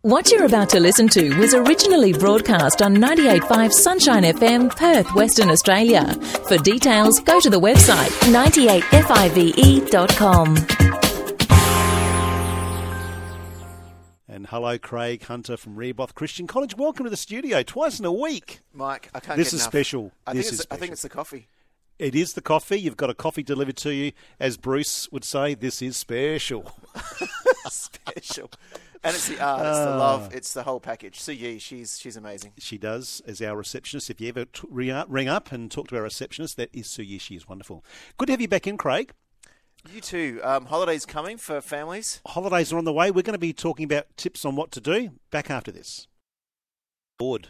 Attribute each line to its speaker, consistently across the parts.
Speaker 1: What you're about to listen to was originally broadcast on 98.5 Sunshine FM, Perth, Western Australia. For details, go to the website E 98five.com.
Speaker 2: And hello, Craig Hunter from Rehoboth Christian College. Welcome to the studio twice in a week.
Speaker 3: Mike, I can't.
Speaker 2: This
Speaker 3: get
Speaker 2: is
Speaker 3: enough.
Speaker 2: special.
Speaker 3: I
Speaker 2: This
Speaker 3: think
Speaker 2: is
Speaker 3: it's, I think
Speaker 2: special.
Speaker 3: it's the coffee.
Speaker 2: It is the coffee. You've got a coffee delivered to you. As Bruce would say, this is special.
Speaker 3: special, and it's the art, it's
Speaker 2: Ah.
Speaker 3: the love, it's the whole package. Su Yi, she's she's amazing.
Speaker 2: She does, as our receptionist. If you ever t- ring up- ring up and talk to our receptionist, that is Suyi. She is wonderful. Good to have you back in, Craig.
Speaker 3: You too. Um, holidays coming for families.
Speaker 2: Holidays are on the way. We're going to be talking about tips on what to do. Back after this. Bored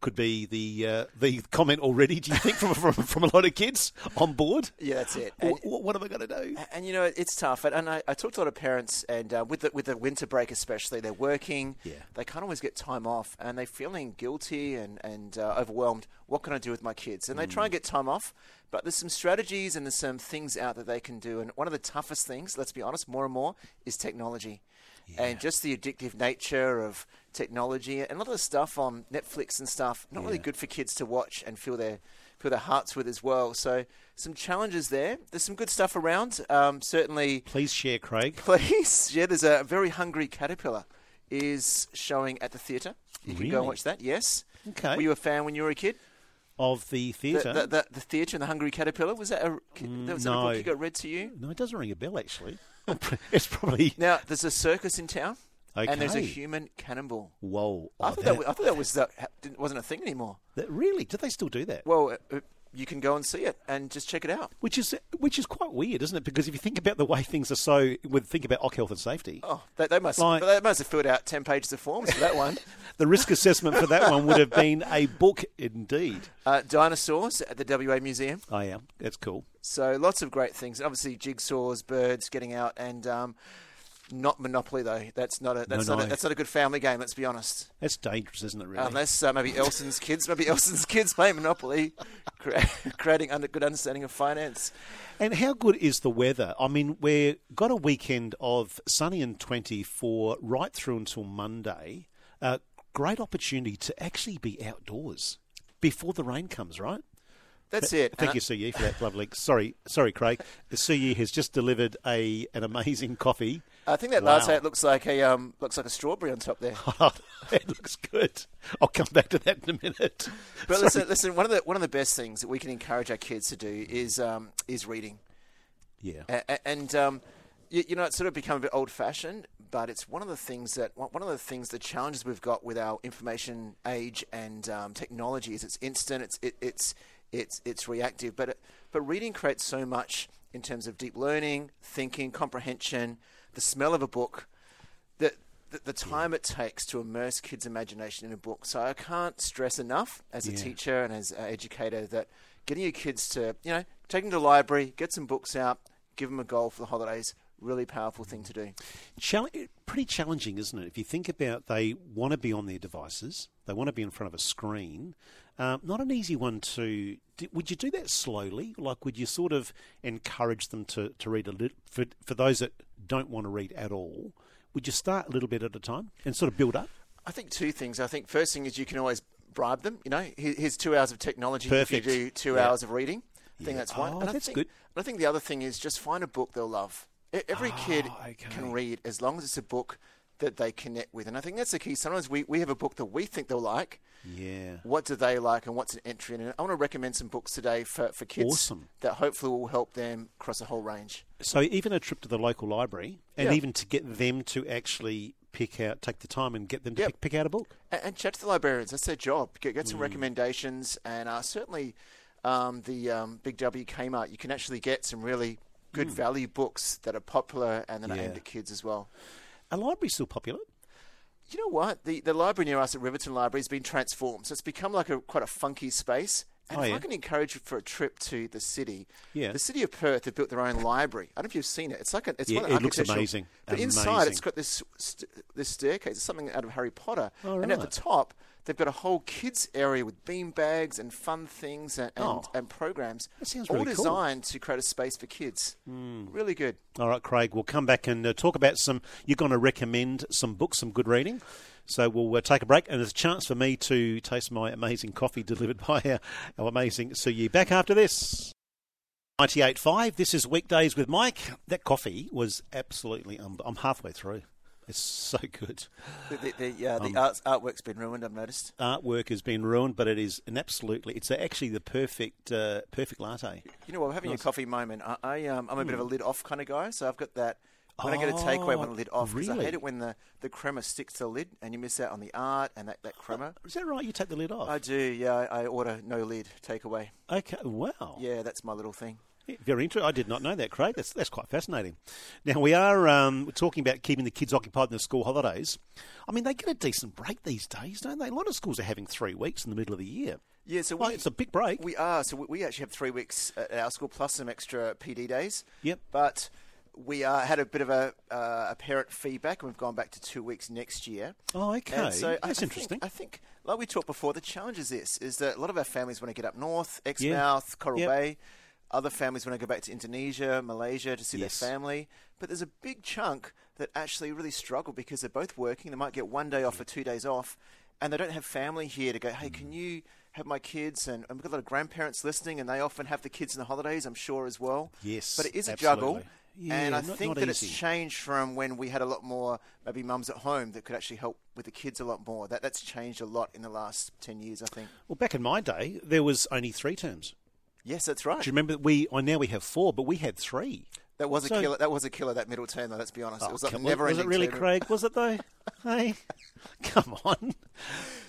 Speaker 2: could be the uh, the comment already. Do you think from from, from a lot of kids on board?
Speaker 3: Yeah, that's it. And,
Speaker 2: Wh- wh- what am I going to do?
Speaker 3: and you know it's tough. And, and I, I talked to a lot of parents, and uh, with the with the winter break especially, they're working.
Speaker 2: Yeah.
Speaker 3: They can't always get time off, and they're feeling guilty and and uh, overwhelmed. What can I do with my kids? And they try and get time off, but there's some strategies and there's some things out that they can do. And one of the toughest things, let's be honest, more and more is technology. And just the addictive nature of technology and a lot of the stuff on Netflix and stuff, not really good for kids to watch and feel their feel their hearts with as well. So some challenges there. There's some good stuff around. Um, certainly,
Speaker 2: Please share, Craig.
Speaker 3: please. Yeah, there's a very hungry caterpillar is showing at the theatre. You can go
Speaker 2: Really?
Speaker 3: and watch that. Yes.
Speaker 2: Okay.
Speaker 3: Were you a fan when you were a kid?
Speaker 2: of the
Speaker 3: The,
Speaker 2: theatre. Mm,
Speaker 3: the, the, the theatre and the hungry caterpillar was that a that was that a
Speaker 2: no.
Speaker 3: book you got read to you?
Speaker 2: no, it doesn't ring a bell actually. it's probably
Speaker 3: Now there's a circus in town, and there's a
Speaker 2: Okay.
Speaker 3: human cannibal.
Speaker 2: whoa. oh,
Speaker 3: I thought that, wa- I thought that was that didn't- wasn't a thing anymore.
Speaker 2: that- really? Do they still do that?
Speaker 3: Well, uh, uh, you can go and see it and just check it out.
Speaker 2: Which is which is quite weird, isn't it? Because if you think about the way things are, so would think about OC health and safety.
Speaker 3: Oh, they, they must
Speaker 2: Like-
Speaker 3: they must have filled out ten pages of forms for that one.
Speaker 2: The risk assessment for that one would have been a book indeed.
Speaker 3: Uh, dinosaurs at the WA Museum.
Speaker 2: I am. That's cool.
Speaker 3: So lots of great things. And Obviously, jigsaws, birds, getting out, and um, not Monopoly though. That's not a that's
Speaker 2: No,
Speaker 3: not
Speaker 2: no.
Speaker 3: A, that's not a good family game. Let's be honest.
Speaker 2: That's dangerous, isn't it? Really.
Speaker 3: Unless uh, maybe Elson's kids, maybe Elson's kids play Monopoly, crea- creating under good understanding of finance.
Speaker 2: And how good is the weather? I mean, we've got a weekend of sunny and 24 right through until Monday. Uh, great opportunity to actually be outdoors before the rain comes, right?
Speaker 3: That's it.
Speaker 2: Thank
Speaker 3: And
Speaker 2: you, Suyi, for that lovely. Sorry, sorry, Craig. Suyi has just delivered a an amazing coffee.
Speaker 3: I, I think that
Speaker 2: Wow. Oh,
Speaker 3: latte looks like a um, looks like a strawberry on top there.
Speaker 2: it looks good. I'll come back to that in a minute.
Speaker 3: But
Speaker 2: Sorry.
Speaker 3: listen, listen. One of the one of the best things that we can encourage our kids to do is um, is reading.
Speaker 2: yeah.
Speaker 3: A- a- and um, you, you know it's sort of become a bit old fashioned but it's one of the things that one one of the things the challenges we've got with our information age and um, technology is it's instant it's it, it's it's it's reactive but it, but reading creates so much in terms of deep learning thinking comprehension the smell of a book the, the, the time it takes to immerse kids' imagination in a book. So I can't stress enough as a teacher and as an educator that getting your kids to, you know, take them to the library, get some books out, give them a goal for the holidays, really powerful thing to do.
Speaker 2: Chal- pretty challenging, isn't it? If you think about, they want to be on their devices, they want to be in front of a screen. Um, not an easy one to. d- Would you do that slowly? Like, would you sort of encourage them to, to read a little? For, for those that don't want to read at all, would you start a little bit at a time and sort of build up?
Speaker 3: I think two things. I think first thing is you can always bribe them. You know, here- here's two hours of technology.
Speaker 2: Perfect.
Speaker 3: If you do two
Speaker 2: Yeah.
Speaker 3: hours of reading, I think that's one.
Speaker 2: Oh,
Speaker 3: and I
Speaker 2: that's
Speaker 3: think,
Speaker 2: good.
Speaker 3: And I think the other thing is just find a book they'll love. E- Every kid
Speaker 2: Ah, okay.
Speaker 3: can read as long as it's a book that they connect with. And I think that's the key. Sometimes we, we have a book that we think they'll like.
Speaker 2: Yeah.
Speaker 3: What do they like and what's an entry in it? I want to recommend some books today for, for kids
Speaker 2: Awesome.
Speaker 3: that hopefully will help them across a whole range.
Speaker 2: So even a trip to the local library, and
Speaker 3: Yeah.
Speaker 2: even to get them to actually pick out, take the time and get them to
Speaker 3: Yep.
Speaker 2: pick, pick out a book.
Speaker 3: And, and chat to the librarians. That's their job. Get, get some recommendations, and uh, certainly um, the um, Big W Kmart. You can actually get some really good value books that are popular and that are aimed
Speaker 2: Yeah.
Speaker 3: at kids as well.
Speaker 2: Are libraries still popular?
Speaker 3: You know what? The the library near us at Riverton Library has been transformed, so it's become like a quite a funky space. And
Speaker 2: Oh,
Speaker 3: if
Speaker 2: yeah.
Speaker 3: I can encourage you for a trip to the city,
Speaker 2: Yeah.
Speaker 3: the city of Perth have built their own library. I don't know if you've seen it. It's like a, it's
Speaker 2: Yeah,
Speaker 3: quite an
Speaker 2: it looks
Speaker 3: architectural-
Speaker 2: amazing.
Speaker 3: But inside,
Speaker 2: Amazing.
Speaker 3: it's got this st- this staircase. It's something out of Harry Potter.
Speaker 2: Oh,
Speaker 3: And at the
Speaker 2: right.
Speaker 3: top, they've got a whole kids area with bean bags and fun things and and,
Speaker 2: Oh.
Speaker 3: and programs.
Speaker 2: That sounds
Speaker 3: all
Speaker 2: really cool. Hmm.
Speaker 3: designed to create a space for kids. Really good.
Speaker 2: All right, Craig, we'll come back and uh, talk about some. You're going to recommend some books, some good reading. So we'll uh, take a break, and there's a chance for me to taste my amazing coffee delivered by our, our amazing Suyi. Back after this. 98.5, this is Weekdays with Mike. That coffee was absolutely, um, I'm halfway through. It's so good.
Speaker 3: The, the, the, uh, the
Speaker 2: Um,
Speaker 3: arts, artwork's been ruined, I've noticed.
Speaker 2: Artwork has been ruined, but it is an absolutely, it's actually the perfect uh, perfect latte.
Speaker 3: You know what? We're having a coffee moment. I, I um, I'm a bit of a lid off kind of guy, so I've got that. When I get a takeaway, when
Speaker 2: Hmm. Oh,
Speaker 3: the lid off, because I
Speaker 2: really?
Speaker 3: hate it when the, the crema sticks to the lid and you miss out on the art and that, that crema.
Speaker 2: Is that right? You take the lid off?
Speaker 3: I do, yeah. I, I order no lid takeaway.
Speaker 2: okay, wow.
Speaker 3: Yeah, that's my little thing.
Speaker 2: Yeah, Very interesting. I did not know that, Craig. That's, that's quite fascinating. Now, we are um, we're talking about keeping the kids occupied in the school holidays. I mean, they get a decent break these days, don't they? A lot of schools are having three weeks in the middle of the year.
Speaker 3: Yeah, so
Speaker 2: Well,
Speaker 3: we,
Speaker 2: it's a big break.
Speaker 3: we are. So we, we actually have three weeks at our school plus some extra PD days.
Speaker 2: Yep.
Speaker 3: But we uh, had a bit of a, uh, a parent feedback and we've gone back to two weeks next year.
Speaker 2: oh, okay.
Speaker 3: And so I- I
Speaker 2: that's
Speaker 3: think-
Speaker 2: interesting.
Speaker 3: I think, like we talked before, the challenge is this: is that a lot of our families want to get up north, Exmouth,
Speaker 2: Yeah.
Speaker 3: Coral
Speaker 2: Yep.
Speaker 3: Bay. Other families want to go back to Indonesia, Malaysia to see
Speaker 2: Yes.
Speaker 3: their family. But there's a big chunk that actually really struggle because they're both working. They might get one day off or two days off, and they don't have family here to go. Hey, can
Speaker 2: Mm.
Speaker 3: you? Have my kids, and, and we've got a lot of grandparents listening, and they often have the kids in the holidays, I'm sure, as well.
Speaker 2: Yes,
Speaker 3: But it is a juggle.
Speaker 2: absolutely. Yeah,
Speaker 3: and I
Speaker 2: not-
Speaker 3: think
Speaker 2: not
Speaker 3: that
Speaker 2: easy.
Speaker 3: it's changed from when we had a lot more maybe mums at home that could actually help with the kids a lot more. That that's changed a lot in the last ten years, I think.
Speaker 2: well, back in my day, there was only three terms.
Speaker 3: Yes, that's
Speaker 2: Do
Speaker 3: right.
Speaker 2: you remember that we? Oh, now we have four, but we had three.
Speaker 3: That was a
Speaker 2: So-
Speaker 3: killer. That was a killer. That middle term, though. Let's be honest, it was like
Speaker 2: come on.
Speaker 3: never
Speaker 2: was it
Speaker 3: ending.
Speaker 2: really,
Speaker 3: term.
Speaker 2: Craig? Was it though? hey, come on.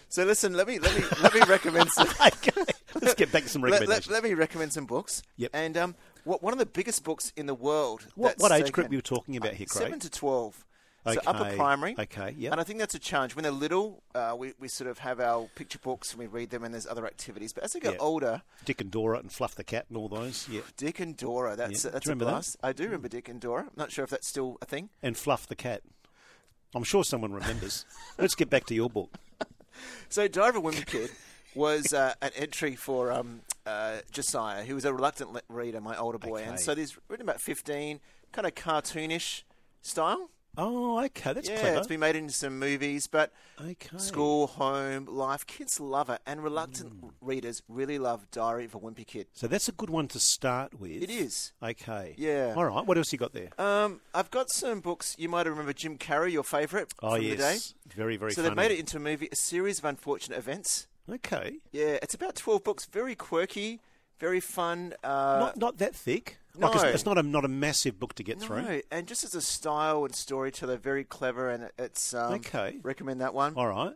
Speaker 3: So listen, let me let me let me recommend some.
Speaker 2: okay, let's get back to some
Speaker 3: Let, let,
Speaker 2: recommendations.
Speaker 3: let me recommend some books.
Speaker 2: Yep.
Speaker 3: And um, what, one of the biggest books in the world.
Speaker 2: What-
Speaker 3: that's
Speaker 2: what age
Speaker 3: taken-
Speaker 2: group are you talking about
Speaker 3: Uh,
Speaker 2: here, Craig?
Speaker 3: Seven to twelve. So upper
Speaker 2: Okay,
Speaker 3: primary.
Speaker 2: okay, yep.
Speaker 3: And I think that's a challenge. When they're little, uh, we, we sort of have our picture books and we read them, and there's other activities. But as they get
Speaker 2: Yeah.
Speaker 3: older,
Speaker 2: Dick and Dora and Fluff the Cat and all those. Yeah,
Speaker 3: Dick and Dora. That's
Speaker 2: Yeah.
Speaker 3: that's
Speaker 2: Do you
Speaker 3: a
Speaker 2: remember that? Mm.
Speaker 3: blast. I do remember Dick and Dora. I'm not sure if that's still a thing.
Speaker 2: and Fluff the Cat. I'm sure someone remembers. Let's get back to your book.
Speaker 3: So Diary of a Wimpy Kid was uh, an entry for um, uh, Josiah, who was a reluctant le- reader, my older boy.
Speaker 2: Okay.
Speaker 3: And so there's written about 15, kind of cartoonish style.
Speaker 2: Oh, okay, that's
Speaker 3: yeah,
Speaker 2: clever.
Speaker 3: it's been made into some movies, but
Speaker 2: okay,
Speaker 3: school, home, life, kids love it, and reluctant
Speaker 2: Hmm.
Speaker 3: readers really love Diary of a Wimpy Kid.
Speaker 2: So that's a good one to start with.
Speaker 3: It is.
Speaker 2: Okay.
Speaker 3: Yeah.
Speaker 2: All right. What else you got there?
Speaker 3: Um, I've got some books. You might remember Jim Carrey, your favourite
Speaker 2: oh
Speaker 3: from the day.
Speaker 2: yes. Very very.
Speaker 3: so
Speaker 2: funny.
Speaker 3: they've made it into a movie, a series of unfortunate events.
Speaker 2: Okay.
Speaker 3: Yeah, it's about 12 books. Very quirky, very fun. Uh,
Speaker 2: not not that thick. Like it's,
Speaker 3: no.
Speaker 2: it's not a not a massive book to get through.
Speaker 3: no, and just as a style and storyteller, very clever, and it- it's um,
Speaker 2: Okay.
Speaker 3: Recommend that one.
Speaker 2: All right.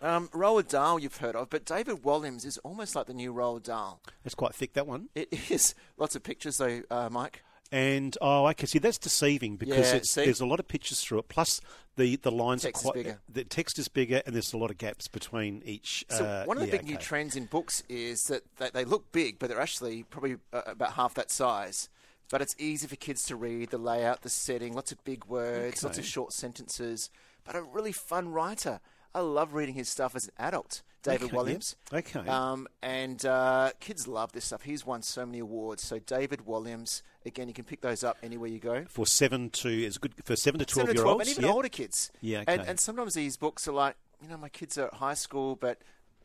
Speaker 3: Um, Roald Dahl, you've heard of, but David Walliams is almost like the new Roald Dahl.
Speaker 2: That's quite thick. That one.
Speaker 3: It is lots of pictures, though, uh, Mike.
Speaker 2: And oh, okay. See, that's deceiving
Speaker 3: Yeah,
Speaker 2: because it's,
Speaker 3: see?
Speaker 2: there's a lot of pictures through it. Plus, the the lines
Speaker 3: Text
Speaker 2: are
Speaker 3: is
Speaker 2: quite
Speaker 3: bigger.
Speaker 2: the text is bigger, and there's a lot of gaps between each.
Speaker 3: So
Speaker 2: uh,
Speaker 3: one of the
Speaker 2: yeah,
Speaker 3: big new
Speaker 2: okay.
Speaker 3: trends in books is that they, they look big, but they're actually probably uh, about half that size. But it's easy for kids to read the layout, the setting, lots of big words, lots of
Speaker 2: Okay.
Speaker 3: short sentences. But a really fun writer. I love reading his stuff as an adult, David
Speaker 2: Okay, yeah.
Speaker 3: Walliams.
Speaker 2: Okay.
Speaker 3: Um, and uh, kids love this stuff. He's won so many awards. So David Walliams, again, you can pick those up anywhere you go.
Speaker 2: for seven to is good for seven to twelve
Speaker 3: Seven to
Speaker 2: year
Speaker 3: 12,
Speaker 2: olds.
Speaker 3: and even
Speaker 2: yeah.
Speaker 3: older kids.
Speaker 2: Yeah,
Speaker 3: and,
Speaker 2: okay.
Speaker 3: and sometimes these books are like, you know, my kids are at high school, but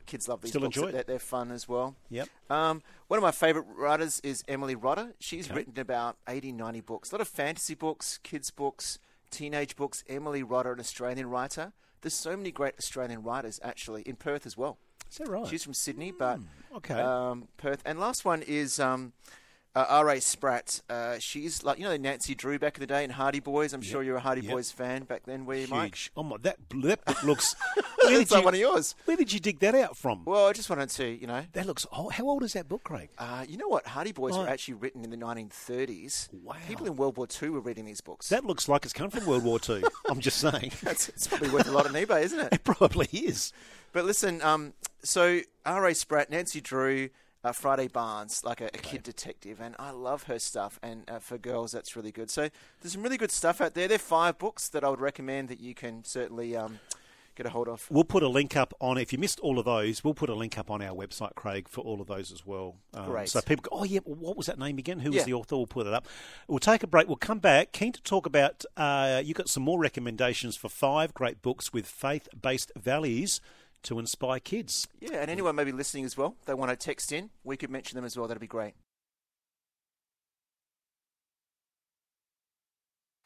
Speaker 3: kids love these
Speaker 2: Still
Speaker 3: books.
Speaker 2: enjoy it.
Speaker 3: They're, they're fun as well.
Speaker 2: Yep.
Speaker 3: Um, one of my favourite writers is Emily Rodder. She's written about 80, 90 books, a lot of fantasy books, kids' books, teenage books. Emily Rodder, an Australian writer. There's so many great Australian writers actually in Perth as well.
Speaker 2: Is that right? Hmm,
Speaker 3: She's from Sydney, but
Speaker 2: okay.
Speaker 3: um, Perth. And last one is um, uh, R.A. Spratt. Uh, she's like you know Nancy Drew back in the day in Hardy Boys. I'm sure you're a Hardy
Speaker 2: yep.
Speaker 3: Boys fan back then, were you, Mike?
Speaker 2: Huge. Oh my, that bl- that book looks. Where did
Speaker 3: It's like
Speaker 2: you
Speaker 3: one of yours.
Speaker 2: Where did you dig that out from?
Speaker 3: Well, I just wanted to, you know,
Speaker 2: that looks. Oh, how old is that book, Craig?
Speaker 3: uh, you know what? Hardy Boys were
Speaker 2: Oh.
Speaker 3: actually written in the 1930s.
Speaker 2: Wow.
Speaker 3: People in World War II were reading these books.
Speaker 2: That looks like it's come from World War Two. I'm just saying.
Speaker 3: That's, it's probably worth a lot on eBay, isn't it?
Speaker 2: It probably is.
Speaker 3: But listen, um, so R.A. Spratt, Nancy Drew, uh, Friday Barnes, like a, a kid detective, and I love her stuff. And uh, for girls, that's really good. So there's some really good stuff out there. There are five books that I would recommend that you can certainly um, get a hold of?
Speaker 2: We'll put a link up on, if you missed all of those, we'll put a link up on our website, Craig, for all of those as well. Um,
Speaker 3: Great.
Speaker 2: So people go, oh, yeah, what was that name again? Who
Speaker 3: Yeah.
Speaker 2: was the author? We'll put it up. We'll take a break. We'll come back. Keen to talk about, uh, you got some more recommendations for five great books with faith based values to inspire kids.
Speaker 3: Yeah, and anyone maybe listening as well, they want to text in, we could mention them as well. That'd be great.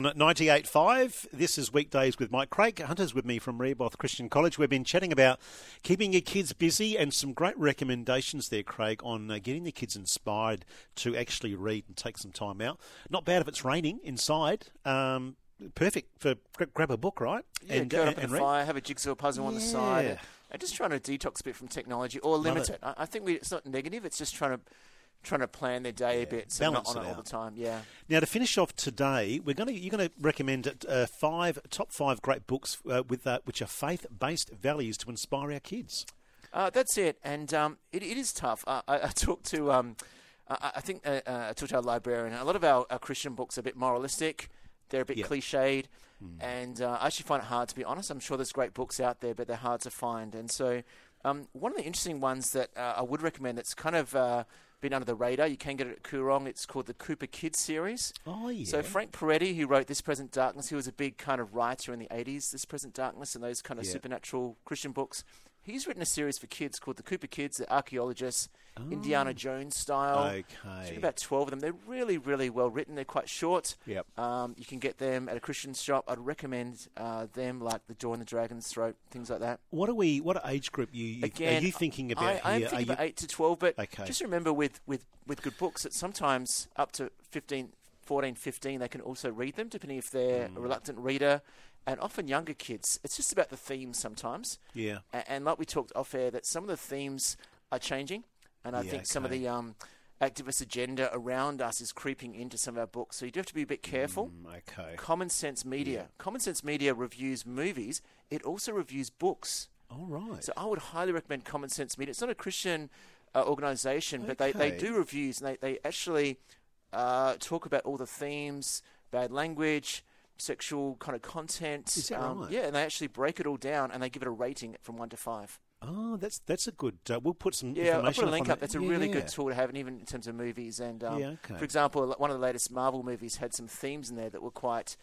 Speaker 2: 98.5. This is Weekdays with Mike Craig. Hunter's with me from Rehoboth Christian College. We've been chatting about keeping your kids busy and some great recommendations there, Craig, on uh, getting the kids inspired to actually read and take some time out. Not bad if it's raining inside. Um, perfect for gra- grab a book, right? uh,
Speaker 3: Yeah, and, curl up in a fire, have a jigsaw puzzle on the side,
Speaker 2: Yeah.
Speaker 3: and, and just trying to detox a bit from technology or limit
Speaker 2: it.
Speaker 3: it. I, I think we, it's not negative. It's just trying to trying to plan their day a bit, so
Speaker 2: balance
Speaker 3: not on
Speaker 2: it
Speaker 3: it, all
Speaker 2: out.
Speaker 3: the time. Yeah,
Speaker 2: Now, to finish off today, we're going to you're going to recommend uh, five top five great books uh, with uh, which are faith based values to inspire our kids.
Speaker 3: uh, that's it. And um, it, it is tough. I, I, I talked to um, I, I think uh, uh, I talked to our librarian. A lot of our, our Christian books are a bit moralistic. They're a bit
Speaker 2: Yeah. Hmm.
Speaker 3: cliched, and uh, I actually find it hard to be honest. I'm sure there's great books out there, but they're hard to find. And so, um, one of the interesting ones that uh, I would recommend that's kind of uh, been under the radar. You can get it at Koorong. It's called the Cooper Kids series.
Speaker 2: Oh yeah.
Speaker 3: So Frank Peretti, who wrote This Present Darkness, he was a big kind of writer in the 80s, This Present Darkness and those kind of
Speaker 2: Yeah.
Speaker 3: supernatural Christian books. He's written a series for kids called The Cooper Kids, The Archaeologists, Indiana Jones style. I
Speaker 2: Oh. okay.
Speaker 3: think about 12 of them. They're really, really well written. They're quite short.
Speaker 2: Yep.
Speaker 3: Um, you can get them at a Christian shop. I'd recommend uh, them, like The Door in the Dragon's Throat, things like that.
Speaker 2: What are we? What age group you, you
Speaker 3: Again,
Speaker 2: are you thinking about
Speaker 3: I,
Speaker 2: here?
Speaker 3: I am
Speaker 2: Are
Speaker 3: thinking
Speaker 2: you-
Speaker 3: about 8 to 12, but
Speaker 2: Okay.
Speaker 3: just remember with, with, with good books that sometimes up to 15, 14, 15, they can also read them, depending if they're
Speaker 2: Mm.
Speaker 3: a reluctant reader. And often younger kids, it's just about the themes sometimes.
Speaker 2: yeah,
Speaker 3: A- And, like we talked off air, that some of the themes are changing. And I
Speaker 2: Yeah,
Speaker 3: think some of
Speaker 2: okay.
Speaker 3: the um, activist agenda around us is creeping into some of our books. So you do have to be a bit careful.
Speaker 2: Mm, okay.
Speaker 3: Common Sense Media. Common Sense Media reviews movies, it also reviews books.
Speaker 2: All right.
Speaker 3: So I would highly recommend Common Sense Media. It's not a Christian uh, organization, but they, they
Speaker 2: Okay.
Speaker 3: do reviews and they, they actually uh, talk about all the themes, bad language, sexual kind of content. Um,
Speaker 2: Is that right?
Speaker 3: Yeah, and they actually break it all down and they give it a rating from one to five.
Speaker 2: oh, that's that's a good. Uh, we'll put some
Speaker 3: Yeah, I
Speaker 2: information
Speaker 3: put a link
Speaker 2: on
Speaker 3: up.
Speaker 2: that.
Speaker 3: That's a
Speaker 2: Yeah,
Speaker 3: really
Speaker 2: yeah.
Speaker 3: good tool to have, and even in terms of movies. And um,
Speaker 2: Yeah, okay.
Speaker 3: for example, one of the latest Marvel movies had some themes in there that were quite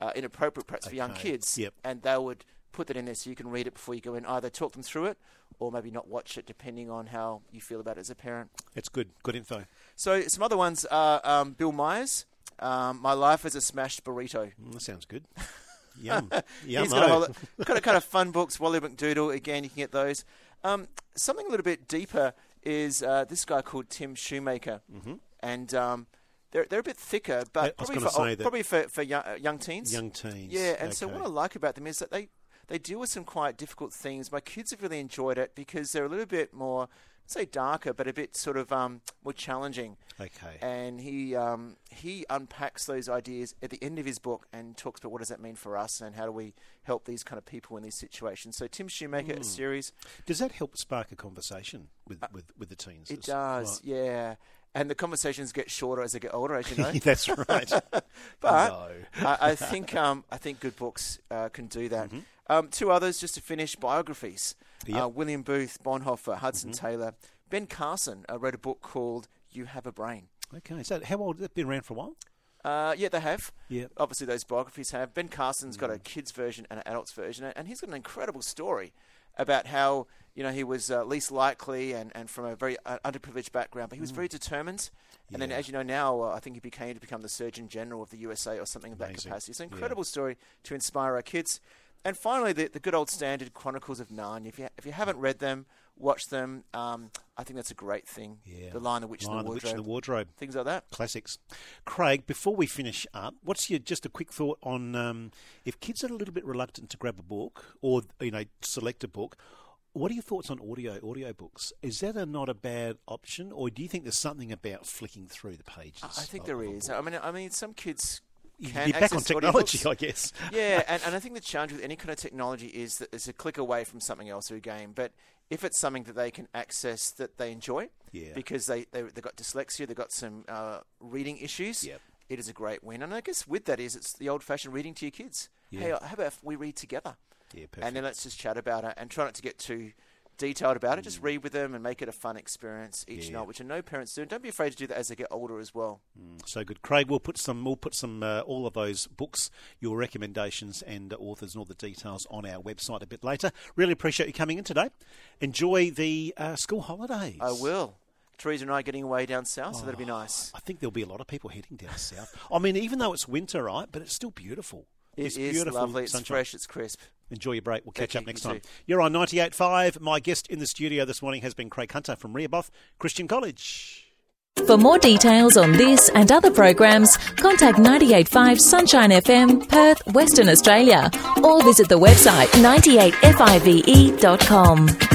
Speaker 3: uh, inappropriate, perhaps for young
Speaker 2: Okay.
Speaker 3: kids.
Speaker 2: Yep.
Speaker 3: And they would put that in there so you can read it before you go in. Either talk them through it, or maybe not watch it, depending on how you feel about it as a parent.
Speaker 2: That's good. Good info.
Speaker 3: So some other ones are um, Bill Myers. Um, My life as a smashed burrito.
Speaker 2: Mm, that sounds good. Yum. Yum. oh.
Speaker 3: He's got a whole, got a kind of fun books. Wally McDoodle again. You can get those. Um, something a little bit deeper is uh, this guy called Tim Shoemaker, mm-hmm. and um, they're they're a bit thicker,
Speaker 2: I- I
Speaker 3: but
Speaker 2: was
Speaker 3: probably,
Speaker 2: gonna
Speaker 3: for,
Speaker 2: say that-
Speaker 3: probably for for young, uh, young teens.
Speaker 2: Young teens.
Speaker 3: Yeah, and so
Speaker 2: Okay.
Speaker 3: what I like about them is that they they deal with some quite difficult things. My kids have really enjoyed it because they're a little bit more I'd say darker, but a bit sort of um, more challenging
Speaker 2: Okay.
Speaker 3: and he um, he unpacks those ideas at the end of his book and talks about what does that mean for us and how do we help these kind of people in these situations. So Tim Shoemaker
Speaker 2: Hmm.
Speaker 3: a series
Speaker 2: Does that help spark a conversation with with, with the teens?
Speaker 3: it
Speaker 2: It's-
Speaker 3: does, yeah. And the conversations get shorter as they get older, as you know.
Speaker 2: right. that's right.
Speaker 3: but
Speaker 2: No.
Speaker 3: I, I think um, I think good books uh, can do that. Um, two others just to finish biographies: uh,
Speaker 2: Mm-hmm. Yep. Mm-hmm.
Speaker 3: William Booth, Bonhoeffer, Hudson Taylor, Ben Carson uh, wrote a book called "You Have a Brain."
Speaker 2: Okay. So how old? That been around for a while.
Speaker 3: Uh, yeah, they have.
Speaker 2: Yep.
Speaker 3: Obviously, those biographies have. Ben Carson's got a kids' version and an adults' version, and he's got an incredible story about how you know he was uh, least likely and, and from a very uh, underprivileged background, but he was very determined. And then,
Speaker 2: Mm. Yeah.
Speaker 3: as you know now, uh, I think he became to become the Surgeon General of the USA or something of that
Speaker 2: Amazing.
Speaker 3: capacity. It's an
Speaker 2: Yeah.
Speaker 3: incredible story to inspire our kids. And finally, the, the good old standard Chronicles of Narnia. If you if you haven't read them, watch them. Um, I think that's a great thing.
Speaker 2: Yeah.
Speaker 3: The Lion, the Witch,
Speaker 2: Lion,
Speaker 3: and the
Speaker 2: Witch
Speaker 3: Wardrobe,
Speaker 2: in the Wardrobe.
Speaker 3: things like that.
Speaker 2: classics. Craig, before we finish up, what's your just a quick thought on um, if kids are a little bit reluctant to grab a book or you know select a book? What are your thoughts on audio audiobooks? Is that a not a bad option, or do you think there's something about flicking through the pages?
Speaker 3: I think
Speaker 2: of-
Speaker 3: there
Speaker 2: of a
Speaker 3: is.
Speaker 2: book?
Speaker 3: I mean, I mean, some kids
Speaker 2: You'd
Speaker 3: can
Speaker 2: be back on
Speaker 3: access
Speaker 2: technology,
Speaker 3: audiobooks.
Speaker 2: I guess.
Speaker 3: yeah, and, and I think the challenge with any kind of technology is that it's a click away from something else or a game. But if it's something that they can access that they enjoy,
Speaker 2: Yeah.
Speaker 3: because they they they got dyslexia, they've got some uh, reading issues.
Speaker 2: Yep.
Speaker 3: It is a great win, and I guess with that is it's the old-fashioned reading to your kids. Hey,
Speaker 2: Yeah.
Speaker 3: how about if we read together?
Speaker 2: Yeah, perfect.
Speaker 3: and then let's just chat about it and try not to get too detailed about it. Just read with them and make it a fun experience each
Speaker 2: Mm. Yeah.
Speaker 3: night, which I know parents do. And don't be afraid to do that as they get older as well.
Speaker 2: So good, Craig. We'll put some, we'll put some, uh, all of those books, your recommendations and authors and all the details on our website a bit later. Really appreciate you coming in today. Enjoy the uh, school holidays.
Speaker 3: I will. Teresa and I are getting away down south, so that'll be
Speaker 2: Oh,
Speaker 3: nice.
Speaker 2: I think there'll be a lot of people heading down south. I mean, even though it's winter, right? But it's still beautiful.
Speaker 3: It
Speaker 2: It's
Speaker 3: is
Speaker 2: beautiful
Speaker 3: lovely. It's
Speaker 2: sunshine.
Speaker 3: fresh. It's crisp.
Speaker 2: Enjoy your break. We'll catch
Speaker 3: Thank
Speaker 2: up
Speaker 3: you,
Speaker 2: next
Speaker 3: you
Speaker 2: time.
Speaker 3: too.
Speaker 2: You're on 98.5. My guest in the studio this morning has been Craig Hunter from Rehoboth Christian College.
Speaker 1: For more details on this and other programs, contact 985 Sunshine FM, E Perth, Western Australia, or visit the website 98five.com.